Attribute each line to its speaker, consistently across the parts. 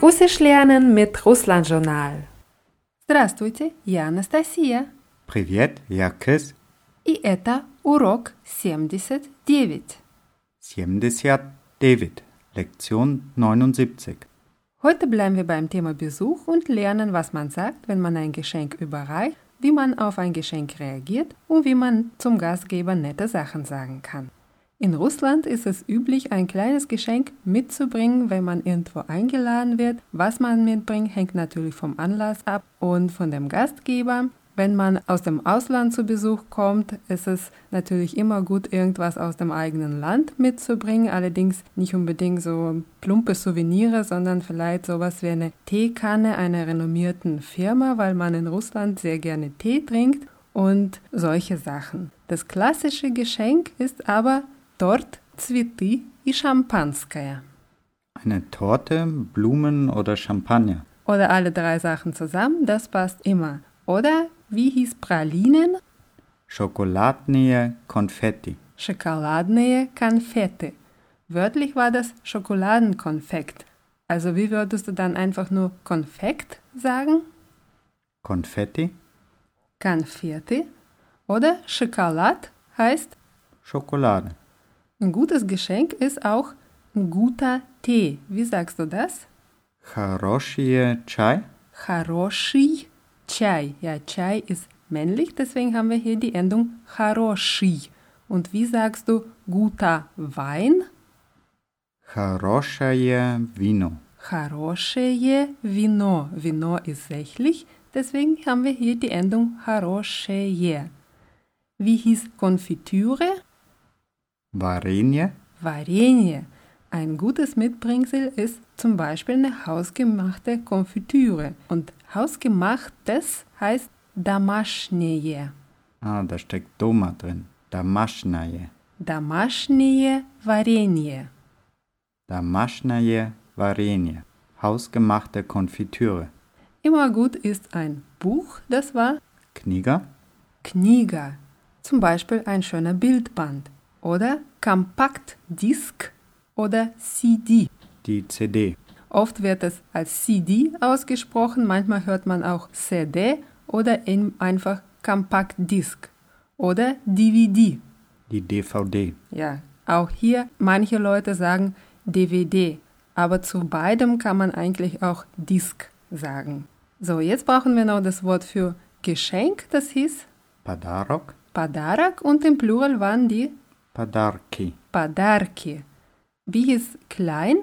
Speaker 1: Russisch lernen mit Russland Journal.
Speaker 2: Здравствуйте, я Анастасия.
Speaker 3: Привет, я Крис.
Speaker 2: И это урок 79.
Speaker 3: 70 David. Lektion 79.
Speaker 2: Heute bleiben wir beim Thema Besuch und lernen, was man sagt, wenn man ein Geschenk überreicht, wie man auf ein Geschenk reagiert und wie man zum Gastgeber nette Sachen sagen kann. In Russland ist es üblich, ein kleines Geschenk mitzubringen, wenn man irgendwo eingeladen wird. Was man mitbringt, hängt natürlich vom Anlass ab und von dem Gastgeber. Wenn man aus dem Ausland zu Besuch kommt, ist es natürlich immer gut, irgendwas aus dem eigenen Land mitzubringen. Allerdings nicht unbedingt so plumpe Souvenirs, sondern vielleicht sowas wie eine Teekanne einer renommierten Firma, weil man in Russland sehr gerne Tee trinkt und solche Sachen. Das klassische Geschenk ist aber Tort, Цветы и Шампанское.
Speaker 3: Eine Torte, Blumen oder Champagner.
Speaker 2: Oder alle drei Sachen zusammen, das passt immer. Oder wie hieß Pralinen?
Speaker 3: Schokoladnähe, Konfetti.
Speaker 2: Schokoladnähe Konfette. Wörtlich war das Schokoladenkonfekt. Also wie würdest du dann einfach nur Konfekt sagen?
Speaker 3: Konfetti,
Speaker 2: Konfette. Oder Schokolad heißt
Speaker 3: Schokolade.
Speaker 2: ein gutes Geschenk ist auch ein guter Tee. Wie sagst du das?
Speaker 3: Хорошие Chai,
Speaker 2: Хороший чай. Ja, чай ist männlich, deswegen haben wir hier die Endung хороший. Und wie sagst du guter Wein?
Speaker 3: хорошее Vino.
Speaker 2: Хорошее вино. Вино ist sächlich, deswegen haben wir hier die Endung хорошее. Wie hieß Konfitüre?
Speaker 3: Варенье,
Speaker 2: Varenie. Ein gutes Mitbringsel ist zum Beispiel eine hausgemachte Konfitüre. Und hausgemachtes heißt домашнее.
Speaker 3: ah, da steckt Doma drin. Damaschnaje,
Speaker 2: Домашнее варенье.
Speaker 3: Damaschnaje Варенье. Hausgemachte Konfitüre.
Speaker 2: Immer gut ist ein Buch, das war
Speaker 3: Kniga,
Speaker 2: Kniga, zum Beispiel ein schöner Bildband oder Kompaktdisk oder CD.
Speaker 3: die CD.
Speaker 2: Oft wird es als CD ausgesprochen, manchmal hört man auch CD oder eben einfach Kompaktdisk oder DVD.
Speaker 3: Die DVD.
Speaker 2: Ja, auch hier manche Leute sagen DVD, aber zu beidem kann man eigentlich auch Disk sagen. So, jetzt brauchen wir noch das Wort für Geschenk, das hieß
Speaker 3: Padarok,
Speaker 2: Подарок und im Plural waren die
Speaker 3: Padarki.
Speaker 2: подарки. Wie hieß klein,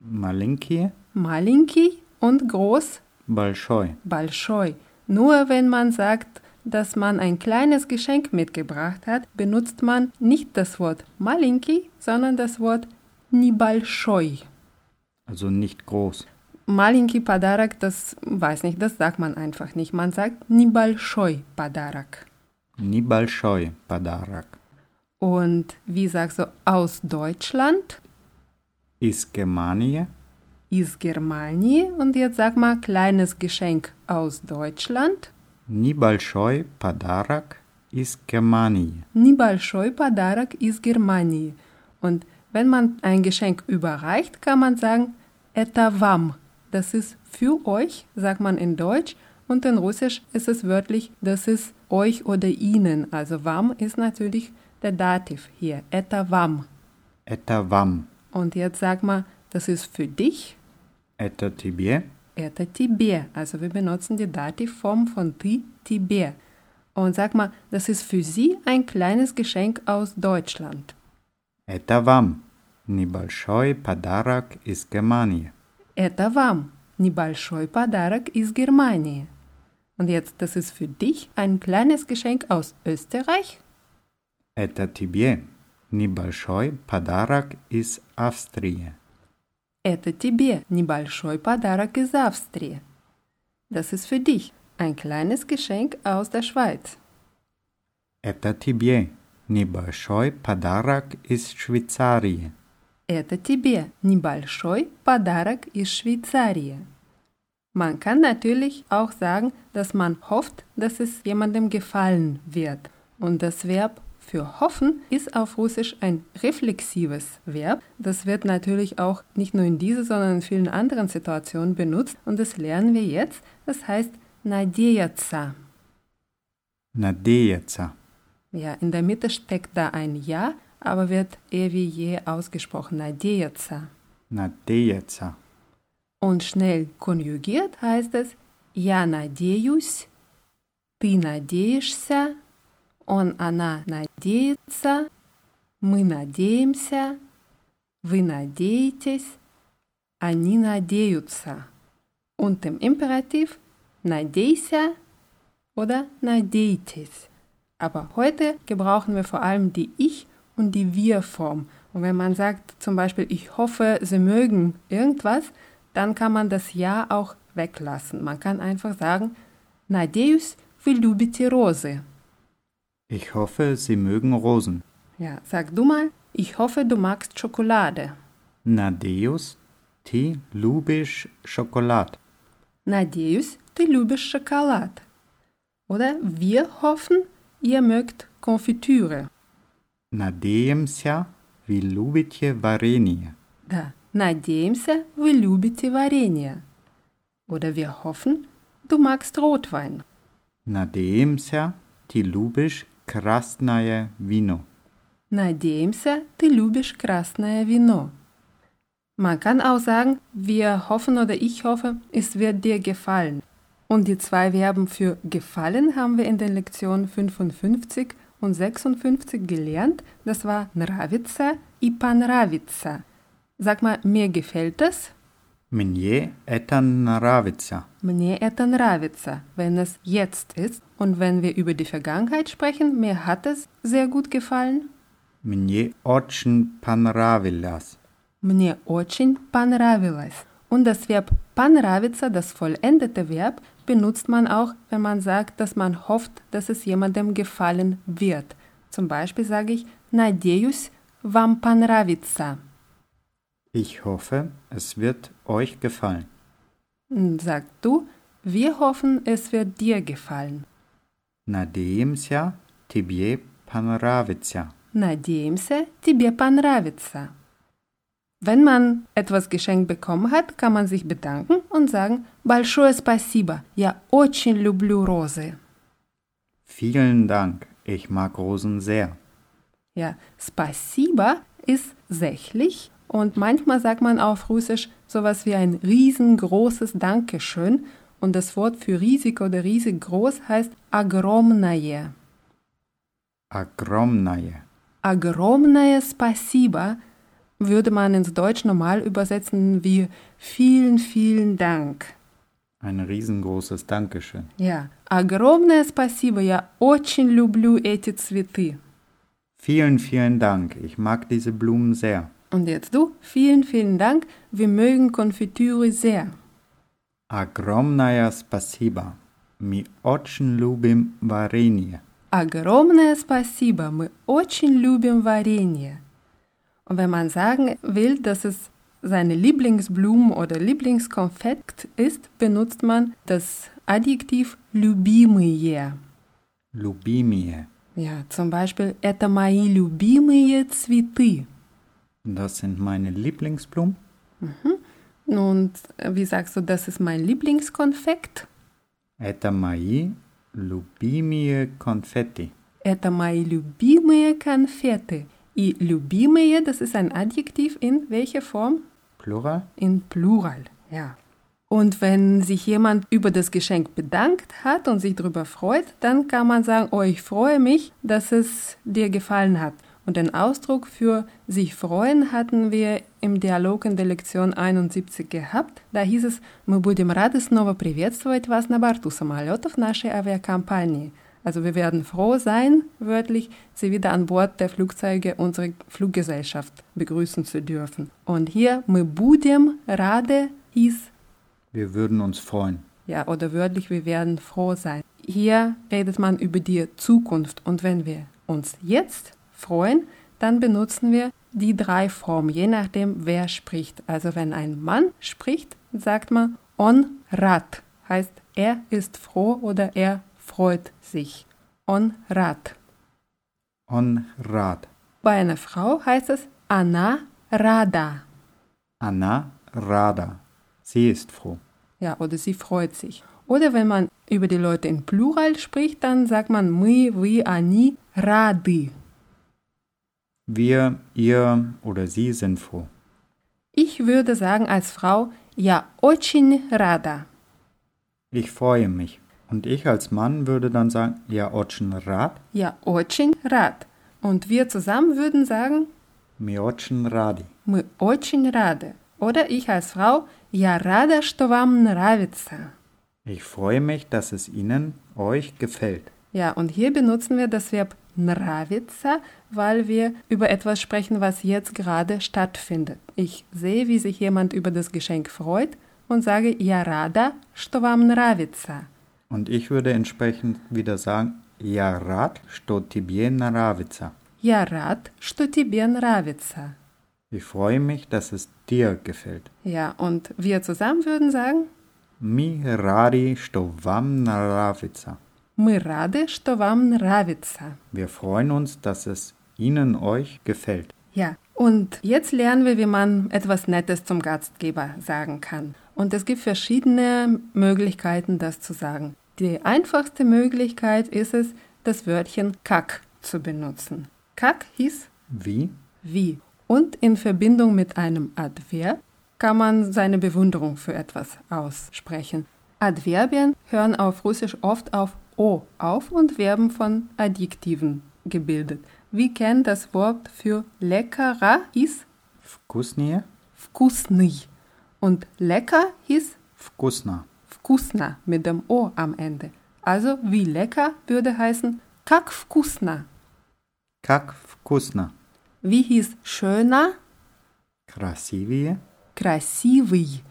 Speaker 3: Malinki,
Speaker 2: маленький und groß,
Speaker 3: Большой.
Speaker 2: большой. Nur wenn man sagt, dass man ein kleines Geschenk mitgebracht hat, benutzt man nicht das Wort маленький, sondern das Wort небольшой.
Speaker 3: Also nicht groß.
Speaker 2: Маленький подарок, das weiß nicht, das sagt man einfach nicht. Man sagt небольшой подарок.
Speaker 3: Nibalschoi Padarak.
Speaker 2: Und wie sagst du aus Deutschland?
Speaker 3: Iskemanie,
Speaker 2: из Германии. Und jetzt sag mal kleines Geschenk aus Deutschland.
Speaker 3: Nibalschoi Padarak, Iskemanie.
Speaker 2: Небольшой подарок из Германии. Und wenn man ein Geschenk überreicht, kann man sagen, это вам. Das ist für euch, sagt man in Deutsch. Und in Russisch ist es wörtlich, das ist euch oder ihnen. Also вам ist natürlich der Dativ hier. Это вам.
Speaker 3: Это вам,
Speaker 2: Und jetzt sag mal, das ist für dich,
Speaker 3: это тебе,
Speaker 2: Это тебе. Also wir benutzen die Dativform von ti, тебе. Und sag mal, das ist für sie ein kleines Geschenk aus Deutschland.
Speaker 3: это вам. Небольшой подарок из Германии.
Speaker 2: Это вам. Небольшой подарок из Германии. Und jetzt, das ist für dich ein kleines Geschenk aus Österreich.
Speaker 3: Это тебе. Небольшой подарок из Австрии.
Speaker 2: Это тебе небольшой подарок из Австрии. Das ist für dich ein kleines Geschenk aus der Schweiz.
Speaker 3: Это тебе. Небольшой подарок из Швейцарии.
Speaker 2: Это тебе небольшой подарок из Швейцарии. Man kann natürlich auch sagen, dass man hofft, dass es jemandem gefallen wird. Und das Verb Für hoffen ist auf Russisch ein reflexives Verb. Das wird natürlich auch nicht nur in dieser, sondern in vielen anderen Situationen benutzt und das lernen wir jetzt. Das heißt надеяться.
Speaker 3: Надеяться.
Speaker 2: Ja, in der Mitte steckt da ein Ja, aber wird eher wie je ausgesprochen. Надеяться.
Speaker 3: Надеяться.
Speaker 2: Und schnell konjugiert heißt es Я надеюсь, ты надеешься, он, она надеется, мы надеемся, вы надеетесь, они надеются. Und im Imperativ надейся oder надейтесь. Aber heute gebrauchen wir vor allem die Ich- und die Wir-Form. Und wenn man sagt zum Beispiel, ich hoffe, Sie mögen irgendwas, dann kann man das Ja auch weglassen. Man kann einfach sagen, Надеюсь, вы любите розы.
Speaker 3: Ich hoffe, Sie mögen Rosen.
Speaker 2: Ja, sag du mal, ich hoffe, du magst Schokolade.
Speaker 3: Nadeus, ti lubisch Schokolad.
Speaker 2: Надеюсь, ты любишь Schokolade. Oder wir hoffen, ihr mögt Konfitüre.
Speaker 3: Надеемся, вы любите варенье.
Speaker 2: Да. Надеемся, вы любите варенье. Oder wir hoffen, du magst Rotwein.
Speaker 3: Надеемся, ти любишь красное вино.
Speaker 2: Надеемся, ты любишь красное вино. Man kann auch sagen, wir hoffen oder ich hoffe, es wird dir gefallen. Und die zwei Verben für gefallen haben wir in den Lektionen 55 und 56 gelernt. Das war нравится и понравится. Sag mal, mir gefällt es.
Speaker 3: Мне это нравится.
Speaker 2: Мне это нравится, wenn es jetzt ist. Und wenn wir über die Vergangenheit sprechen, mir hat es sehr gut gefallen.
Speaker 3: Мне очень понравилось.
Speaker 2: Мне очень понравилось. Und das Verb понравится, das vollendete Verb, benutzt man auch, wenn man sagt, dass man hofft, dass es jemandem gefallen wird. Zum Beispiel sage ich, надеюсь, вам понравится.
Speaker 3: Ich hoffe, es wird euch gefallen.
Speaker 2: Und Sag du, wir hoffen, es wird dir gefallen.
Speaker 3: Надеемся, тебе понравится.
Speaker 2: Надеемся, тебе понравится. Wenn man etwas geschenkt bekommen hat, kann man sich bedanken und sagen, большое спасибо, я очень люблю розы.
Speaker 3: Vielen Dank, ich mag Rosen sehr.
Speaker 2: Ja, спасибо ist sächlich und manchmal sagt man auf Russisch sowas wie ein riesengroßes Dankeschön und das Wort für riesig oder riesig groß heißt огромное.
Speaker 3: Огромное.
Speaker 2: Огромное спасибо würde man ins Deutsch normal übersetzen wie vielen, vielen Dank.
Speaker 3: Ein riesengroßes Dankeschön.
Speaker 2: Ja, огромное спасибо, я очень люблю эти цветы.
Speaker 3: Vielen, vielen Dank, ich mag diese Blumen sehr.
Speaker 2: Und jetzt du, vielen, vielen Dank, wir mögen Konfitüre sehr.
Speaker 3: Огромное спасибо. Мы очень любим варенье.
Speaker 2: Огромное спасибо, мы очень любим варенье. Und wenn man sagen will, dass es seine Lieblingsblumen oder Lieblingskonfekt ist, benutzt man das Adjektiv любимые.
Speaker 3: Любимие.
Speaker 2: Ja, zum Beispiel это мои любимые цветы.
Speaker 3: Das sind meine Lieblingsblumen.
Speaker 2: Und äh, wie sagst du, das ist mein Lieblingskonfekt?
Speaker 3: Это мои любимые конфетти.
Speaker 2: Это мои любимые конфеты. И любимые, das ist ein Adjektiv in welcher Form?
Speaker 3: Plural?
Speaker 2: in Plural. Ja. Und wenn sich jemand über das Geschenk bedankt hat und sich darüber freut, dann kann man sagen, oh, ich freue mich, dass es dir gefallen hat. Und den Ausdruck für sich freuen hatten wir im Dialog in der Lektion 71 gehabt. Da hieß es, мы будем рады снова приветствовать вас на борту самолетов нашей авиакомпании. Also wir werden froh sein, wörtlich, Sie wieder an Bord der Flugzeuge unserer Fluggesellschaft begrüßen zu dürfen. Und hier мы будем рады hieß,
Speaker 3: Wir würden uns freuen.
Speaker 2: ja, oder wörtlich, wir werden froh sein. Hier redet man über die Zukunft und wenn wir uns jetzt freuen, dann benutzen wir die drei Formen, je nachdem, wer spricht. Also wenn ein Mann spricht, sagt man on rad, heißt er ist froh oder er freut sich. On rad.
Speaker 3: Honrad.
Speaker 2: Bei einer Frau heißt es Anna Rada.
Speaker 3: Anna Rada. Sie ist froh.
Speaker 2: Ja, oder sie freut sich. Oder wenn man über die Leute in Plural spricht, dann sagt man мы, вы, они рады.
Speaker 3: Wir, ihr oder sie sind froh.
Speaker 2: Ich würde sagen als Frau я очень рада.
Speaker 3: Ich freue mich. Und ich als Mann würde dann sagen, ja, otschen rad,
Speaker 2: Я очень рад. Und wir zusammen würden sagen
Speaker 3: mi otschen radi.
Speaker 2: мы очень рады. Oder ich als Frau я рада, что вам нравится.
Speaker 3: Ich freue mich, dass es Ihnen, euch gefällt.
Speaker 2: Ja, und hier benutzen wir das Verb нравится, weil wir über etwas sprechen, was jetzt gerade stattfindet. Ich sehe, wie sich jemand über das Geschenk freut und sage «Я рада, что вам нравится».
Speaker 3: Und ich würde entsprechend wieder sagen, ja, rad, sto tibie naravica.
Speaker 2: «Я рад, что тебе нравится».
Speaker 3: Ich freue mich, dass es dir gefällt.
Speaker 2: Ja, und wir zusammen würden sagen
Speaker 3: Mi radi sto vam naravica.
Speaker 2: «Мы рады, что вам нравится».
Speaker 3: Wir freuen uns, dass es Ihnen, euch gefällt.
Speaker 2: Ja, und jetzt lernen wir, wie man etwas Nettes zum Gastgeber sagen kann. Und es gibt verschiedene Möglichkeiten, das zu sagen. Die einfachste Möglichkeit ist es, das Wörtchen kack zu benutzen. Kack hieß
Speaker 3: Wie?
Speaker 2: wie. Und in Verbindung mit einem Adverb kann man seine Bewunderung für etwas aussprechen. Adverbien hören auf Russisch oft auf o auf und werden von Adjektiven gebildet. Wir kennen das Wort für leckerer ist
Speaker 3: Vkusnie?
Speaker 2: вкусный und lecker ist
Speaker 3: Vkusna.
Speaker 2: вкусно mit dem o am Ende. Also wie lecker würde heißen как вкусно.
Speaker 3: Kak vkusna.
Speaker 2: Wie hieß schöner
Speaker 3: Krasivie?
Speaker 2: красивый.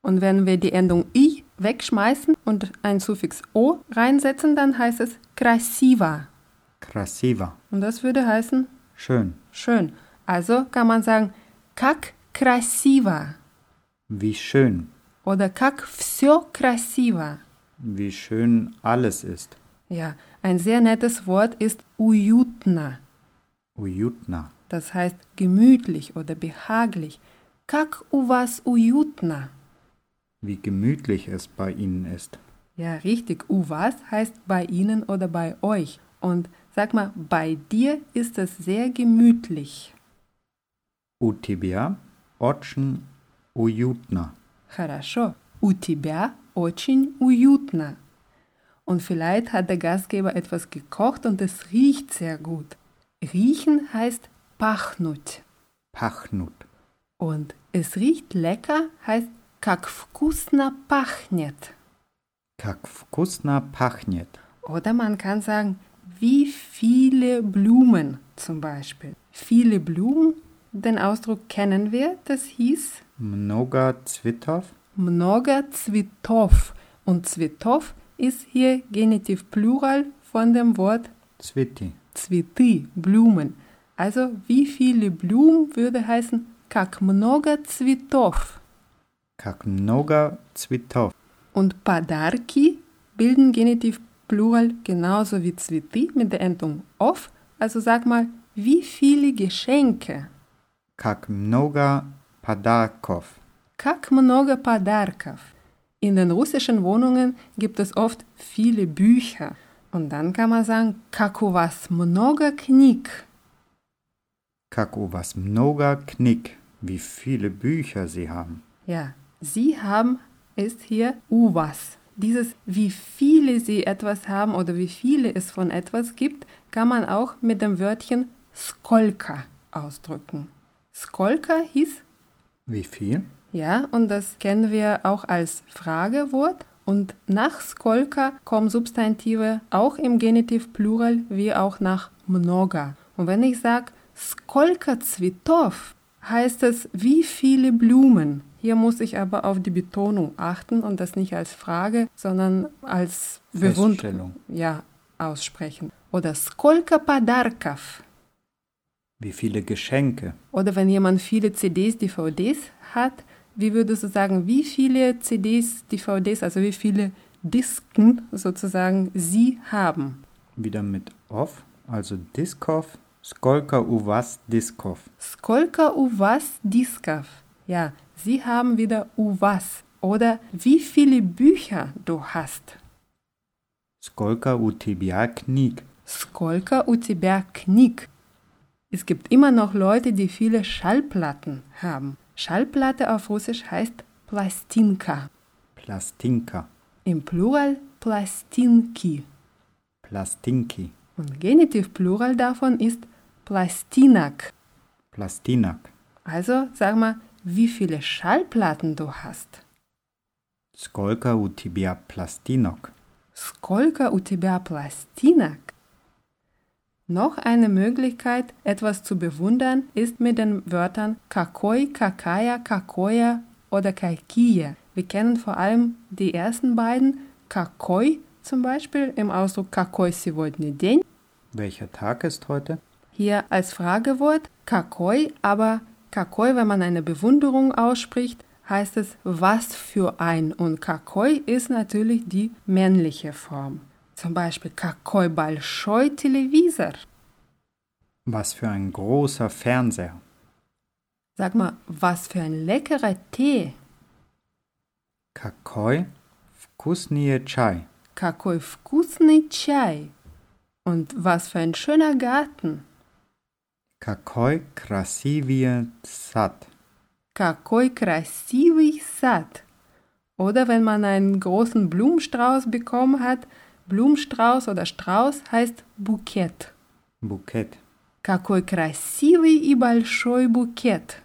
Speaker 2: Und wenn wir die Endung i wegschmeißen und ein Suffix o reinsetzen, dann heißt es красиво.
Speaker 3: Krasiva.
Speaker 2: Und das würde heißen
Speaker 3: Schön.
Speaker 2: schön. Also kann man sagen как красиво
Speaker 3: Wie schön.
Speaker 2: oder как все красиво.
Speaker 3: Wie schön alles ist.
Speaker 2: Ja, ein sehr nettes Wort ist уютно.
Speaker 3: Ujutna.
Speaker 2: Das heißt gemütlich oder behaglich. Как у вас уютно?
Speaker 3: Wie gemütlich es bei Ihnen ist.
Speaker 2: Ja, richtig. U was heißt bei Ihnen oder bei euch. Und sag mal, bei dir ist es sehr gemütlich.
Speaker 3: U tibia, otschen, ujutna.
Speaker 2: Хорошо. У тебя очень уютно. Und vielleicht hat der Gastgeber etwas gekocht und es riecht sehr gut. Riechen heißt пахнуть.
Speaker 3: Pachnut.
Speaker 2: Und es riecht lecker heißt как вкусно пахнет.
Speaker 3: Kak vkusna pachnet.
Speaker 2: Oder man kann sagen, wie viele Blumen zum Beispiel. Viele Blumen, den Ausdruck kennen wir, das hieß
Speaker 3: Mnoga Zwitov.
Speaker 2: много цветов. Und цветов ist hier Genitiv Plural von dem Wort
Speaker 3: Zwiti.
Speaker 2: цветы, Blumen. Also wie viele Blumen würde heißen как много цветов.
Speaker 3: Kak mnoga Zwitov.
Speaker 2: Und подарки bilden Genitiv Plural genauso wie цветы mit der Endung of. Also sag mal, wie viele Geschenke?
Speaker 3: Kak mnoga Padarkov.
Speaker 2: Как много подарков? In den russischen Wohnungen gibt es oft viele Bücher. Und dann kann man sagen, как у вас много книг?
Speaker 3: Kak u was mnoga knick. Wie viele Bücher Sie haben.
Speaker 2: Ja, Sie haben ist hier у вас. Dieses, wie viele Sie etwas haben oder wie viele es von etwas gibt, kann man auch mit dem Wörtchen сколько ausdrücken. Сколько hieß
Speaker 3: Wie viel?
Speaker 2: Ja, und das kennen wir auch als Fragewort. Und nach Skolka kommen Substantive auch im Genitiv Plural wie auch nach Mnoga. Und wenn ich sage Skolka Цветов, heißt es wie viele Blumen. Hier muss ich aber auf die Betonung achten und das nicht als Frage, sondern als Bewunderung.
Speaker 3: Feststellung.
Speaker 2: Ja, aussprechen. Oder Skolka Padarkov.
Speaker 3: Wie viele Geschenke?
Speaker 2: Oder wenn jemand viele CDs, DVDs hat, wie würdest du sagen, wie viele CDs, DVDs, also wie viele Disken sozusagen sie haben?
Speaker 3: Wieder mit off also Diskov. Skolka u vas Diskov?
Speaker 2: Skolka u vas diskov? Ja, Sie haben wieder u was. Oder wie viele Bücher du hast?
Speaker 3: Skolka u tebia knik?
Speaker 2: Skolka u тебя книг? Es gibt immer noch Leute, die viele Schallplatten haben. Schallplatte auf Russisch heißt Plastinka.
Speaker 3: Plastinka.
Speaker 2: Im Plural Plastinki.
Speaker 3: Plastinki.
Speaker 2: Und Genitivplural davon ist Plastinak.
Speaker 3: Plastinak.
Speaker 2: Also sag mal, wie viele Schallplatten du hast.
Speaker 3: Skolka u tebia plastinok?
Speaker 2: Сколько у тебя пластинок? Noch eine Möglichkeit, etwas zu bewundern, ist mit den Wörtern какой, какая, какое oder какие. Wir kennen vor allem die ersten beiden, какой zum Beispiel im Ausdruck какой сегодня день,
Speaker 3: Welcher Tag ist heute?
Speaker 2: hier als Fragewort какой, aber какой, wenn man eine Bewunderung ausspricht, heißt es was für ein und какой ist natürlich die männliche Form. Zum Beispiel какой большой телевизор.
Speaker 3: Was für ein großer Fernseher.
Speaker 2: Sag mal, was für ein leckerer Tee.
Speaker 3: Kakoi vkusnie chai.
Speaker 2: Какой вкусный чай. Und was für ein schöner Garten.
Speaker 3: Kakoi krasivie sat.
Speaker 2: Какой красивый сад! Oder wenn man einen großen Blumenstrauß bekommen hat, Blumenstrauß oder Strauß heißt Bukett.
Speaker 3: Bukett.
Speaker 2: Какой красивый и большой букет!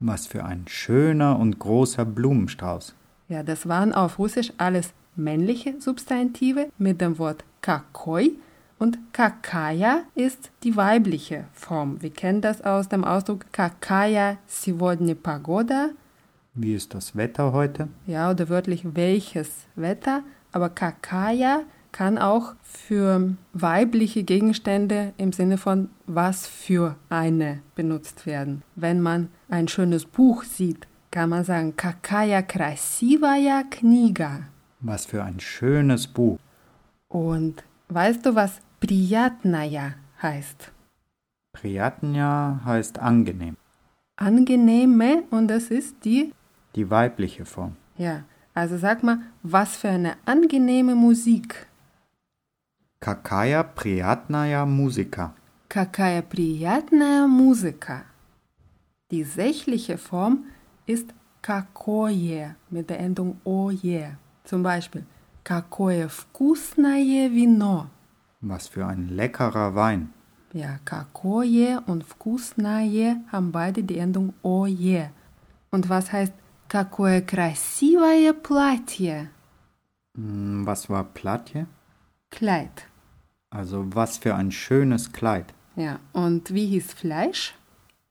Speaker 3: Was für ein schöner und großer Blumenstrauß.
Speaker 2: Ja, das waren auf Russisch alles männliche Substantive mit dem Wort какой und какая ist die weibliche Form. Wir kennen das aus dem Ausdruck какая сегодня погода
Speaker 3: Wie ist das Wetter heute?
Speaker 2: Ja, oder wörtlich welches Wetter, aber Kakaya kann auch für weibliche Gegenstände im Sinne von was für eine benutzt werden. Wenn man ein schönes Buch sieht, kann man sagen Kakaya krasivaya kniga.
Speaker 3: Was für ein schönes Buch.
Speaker 2: Und weißt du, was Priyatnaya heißt?
Speaker 3: Priyatnya heißt angenehm.
Speaker 2: Angenehme und das ist die,
Speaker 3: Die weibliche Form.
Speaker 2: ja, also sag mal, was für eine angenehme Musik.
Speaker 3: Kakaya Priyatnaya Musika.
Speaker 2: Какая приятная музыка. Die sächliche Form ist какое mit der Endung oje. Zum Beispiel какое вкусное вино.
Speaker 3: Was für ein leckerer Wein.
Speaker 2: Ja, какое und вкусное haben beide die Endung oje. Und was heißt какое красивое платье?
Speaker 3: Hm, Was war Platje?
Speaker 2: Kleid.
Speaker 3: Also was für ein schönes Kleid.
Speaker 2: Ja, und wie hieß Fleisch?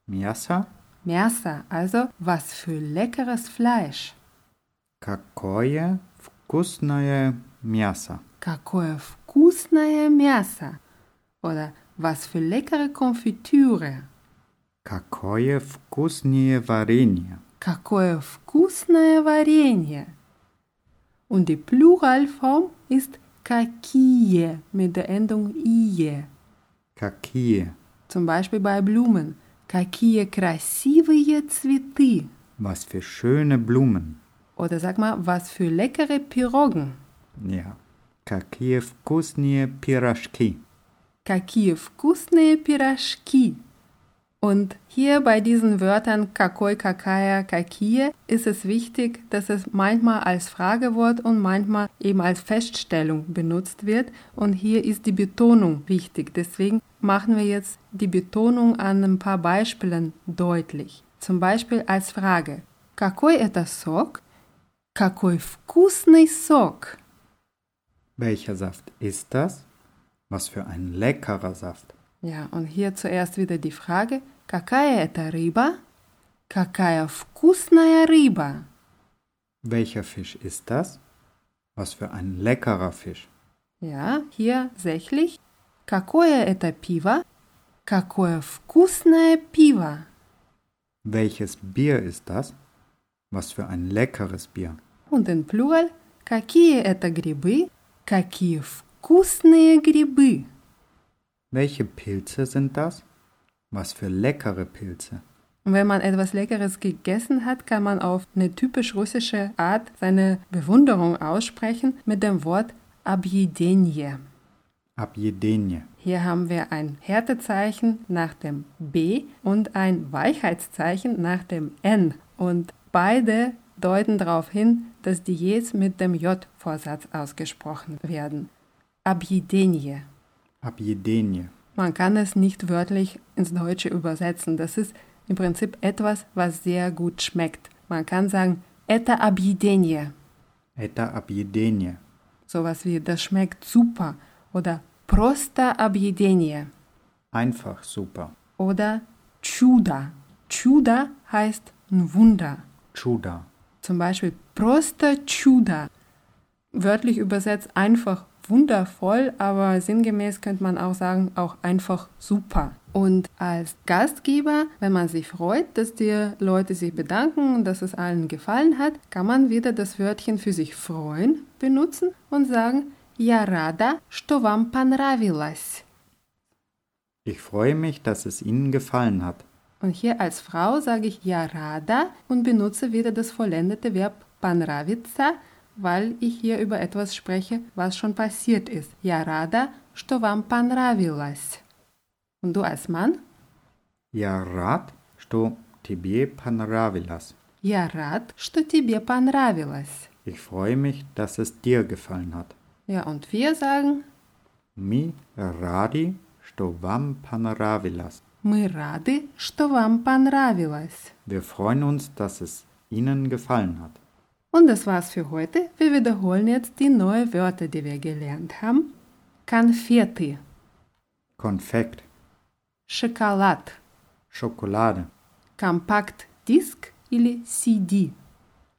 Speaker 3: Miasa?
Speaker 2: Мясо, also was für leckeres Fleisch.
Speaker 3: Kakoje vkusnaje miasa.
Speaker 2: Какое вкусное мясо! Oder was für leckere Konfitüre!
Speaker 3: Kakoje vkusnije varenje.
Speaker 2: Какое вкусное варенье! Und die Pluralform ist какие mit der Endung ie.
Speaker 3: Kakije.
Speaker 2: Zum Beispiel bei Blumen. Какие красивые цветы!
Speaker 3: Was für schöne Blumen.
Speaker 2: Oder sag mal, was für leckere Piroggen!
Speaker 3: Ja. Kakije vkusnije piraschki.
Speaker 2: Какие вкусные пирожки! Und hier bei diesen Wörtern какой, какая, какие ist es wichtig, dass es manchmal als Fragewort und manchmal eben als Feststellung benutzt wird. Und hier ist die Betonung wichtig. Deswegen machen wir jetzt die Betonung an ein paar Beispielen deutlich. Zum Beispiel als Frage: Какой это сок? Какой вкусный сок!
Speaker 3: Welcher Saft ist das? Was für ein leckerer Saft.
Speaker 2: Ja, und hier zuerst wieder die Frage, какая это рыба? Какая вкусная рыба?
Speaker 3: Welcher Fisch ist das? Was für ein leckerer Fisch.
Speaker 2: Ja, hier sächlich. Какое это пиво? Какое вкусное пиво?
Speaker 3: Welches Bier ist das? Was für ein leckeres Bier.
Speaker 2: Und in Plural, какие это грибы? Какие вкусные грибы?
Speaker 3: Welche Pilze sind das? Was für leckere Pilze.
Speaker 2: Wenn man etwas Leckeres gegessen hat, kann man auf eine typisch russische Art seine Bewunderung aussprechen mit dem Wort Abjedenje.
Speaker 3: Abjedenie.
Speaker 2: Hier haben wir ein Härtezeichen nach dem B und ein Weichheitszeichen nach dem N. Und beide deuten darauf hin, dass die Jes mit dem J-Vorsatz ausgesprochen werden. Abjedenie.
Speaker 3: Abjedenie.
Speaker 2: Man kann es nicht wörtlich ins Deutsche übersetzen. Das ist im Prinzip etwas, was sehr gut schmeckt. Man kann sagen, это объедение.
Speaker 3: Это объедение.
Speaker 2: Sowas wie, das schmeckt super. Oder просто объедение.
Speaker 3: Einfach super.
Speaker 2: Oder чудо. Чудо heißt ein Wunder.
Speaker 3: Chuda.
Speaker 2: Zum Beispiel просто чудо. Wörtlich übersetzt einfach wundervoll, aber sinngemäß könnte man auch sagen, auch einfach super. Und als Gastgeber, wenn man sich freut, dass die Leute sich bedanken und dass es allen gefallen hat, kann man wieder das Wörtchen für sich freuen benutzen und sagen, Я рада, что вам понравилось.
Speaker 3: Ich freue mich, dass es Ihnen gefallen hat.
Speaker 2: Und hier als Frau sage ich Я рада und benutze wieder das vollendete Verb понравиться, weil ich hier über etwas spreche, was schon passiert ist. Я рада, что вам понравилось. Und du als Mann?
Speaker 3: Я рад, что тебе понравилось.
Speaker 2: Я рад, что тебе понравилось.
Speaker 3: Ich freue mich, dass es dir gefallen hat.
Speaker 2: Ja, und wir sagen,
Speaker 3: Mi radi, что вам понравилось.
Speaker 2: мы рады, что вам понравилось.
Speaker 3: Wir freuen uns, dass es Ihnen gefallen hat.
Speaker 2: Und das war's für heute. Wir wiederholen jetzt die neuen Wörter, die wir gelernt haben. Konfetti,
Speaker 3: Konfekt,
Speaker 2: Schokolad,
Speaker 3: Schokolade,
Speaker 2: Kompaktdisk или CD,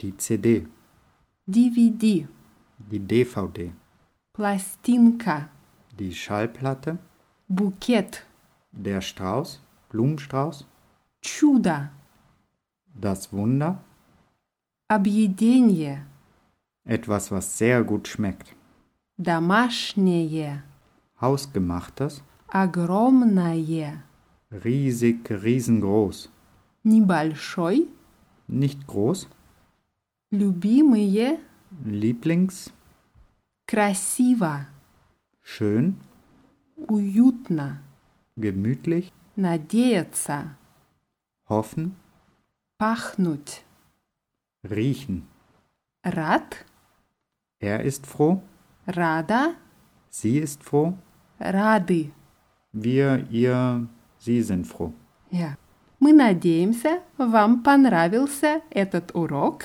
Speaker 3: die CD,
Speaker 2: DVD,
Speaker 3: die DVD,
Speaker 2: Пластинка,
Speaker 3: die Schallplatte,
Speaker 2: Букет,
Speaker 3: der Strauß, Blumenstrauß,
Speaker 2: чудо,
Speaker 3: das Wunder,
Speaker 2: объедение,
Speaker 3: etwas, was sehr gut schmeckt,
Speaker 2: домашнее,
Speaker 3: hausgemachtes,
Speaker 2: огромное,
Speaker 3: riesig, riesengroß,
Speaker 2: небольшой,
Speaker 3: nicht groß,
Speaker 2: любимые,
Speaker 3: Lieblings,
Speaker 2: красиво,
Speaker 3: schön,
Speaker 2: уютно,
Speaker 3: gemütlich,
Speaker 2: надеяться,
Speaker 3: hoffen,
Speaker 2: пахнуть,
Speaker 3: riechen.
Speaker 2: рад,
Speaker 3: Er ist froh,
Speaker 2: рада,
Speaker 3: sie ist froh,
Speaker 2: рады.
Speaker 3: wir, ihr, sie sind froh.
Speaker 2: Я. Мы надеемся, вам понравился этот урок.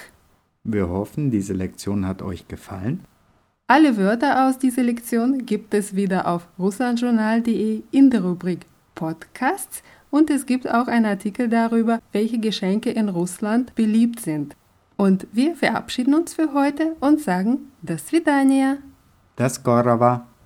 Speaker 3: Wir hoffen, diese Lektion hat euch gefallen.
Speaker 2: Alle Wörter aus dieser Lektion gibt es wieder auf russlandjournal.de in der Rubrik Podcasts und es gibt auch einen Artikel darüber, welche Geschenke in Russland beliebt sind. Und wir verabschieden uns für heute und sagen das Vidania.
Speaker 3: Das Gorava.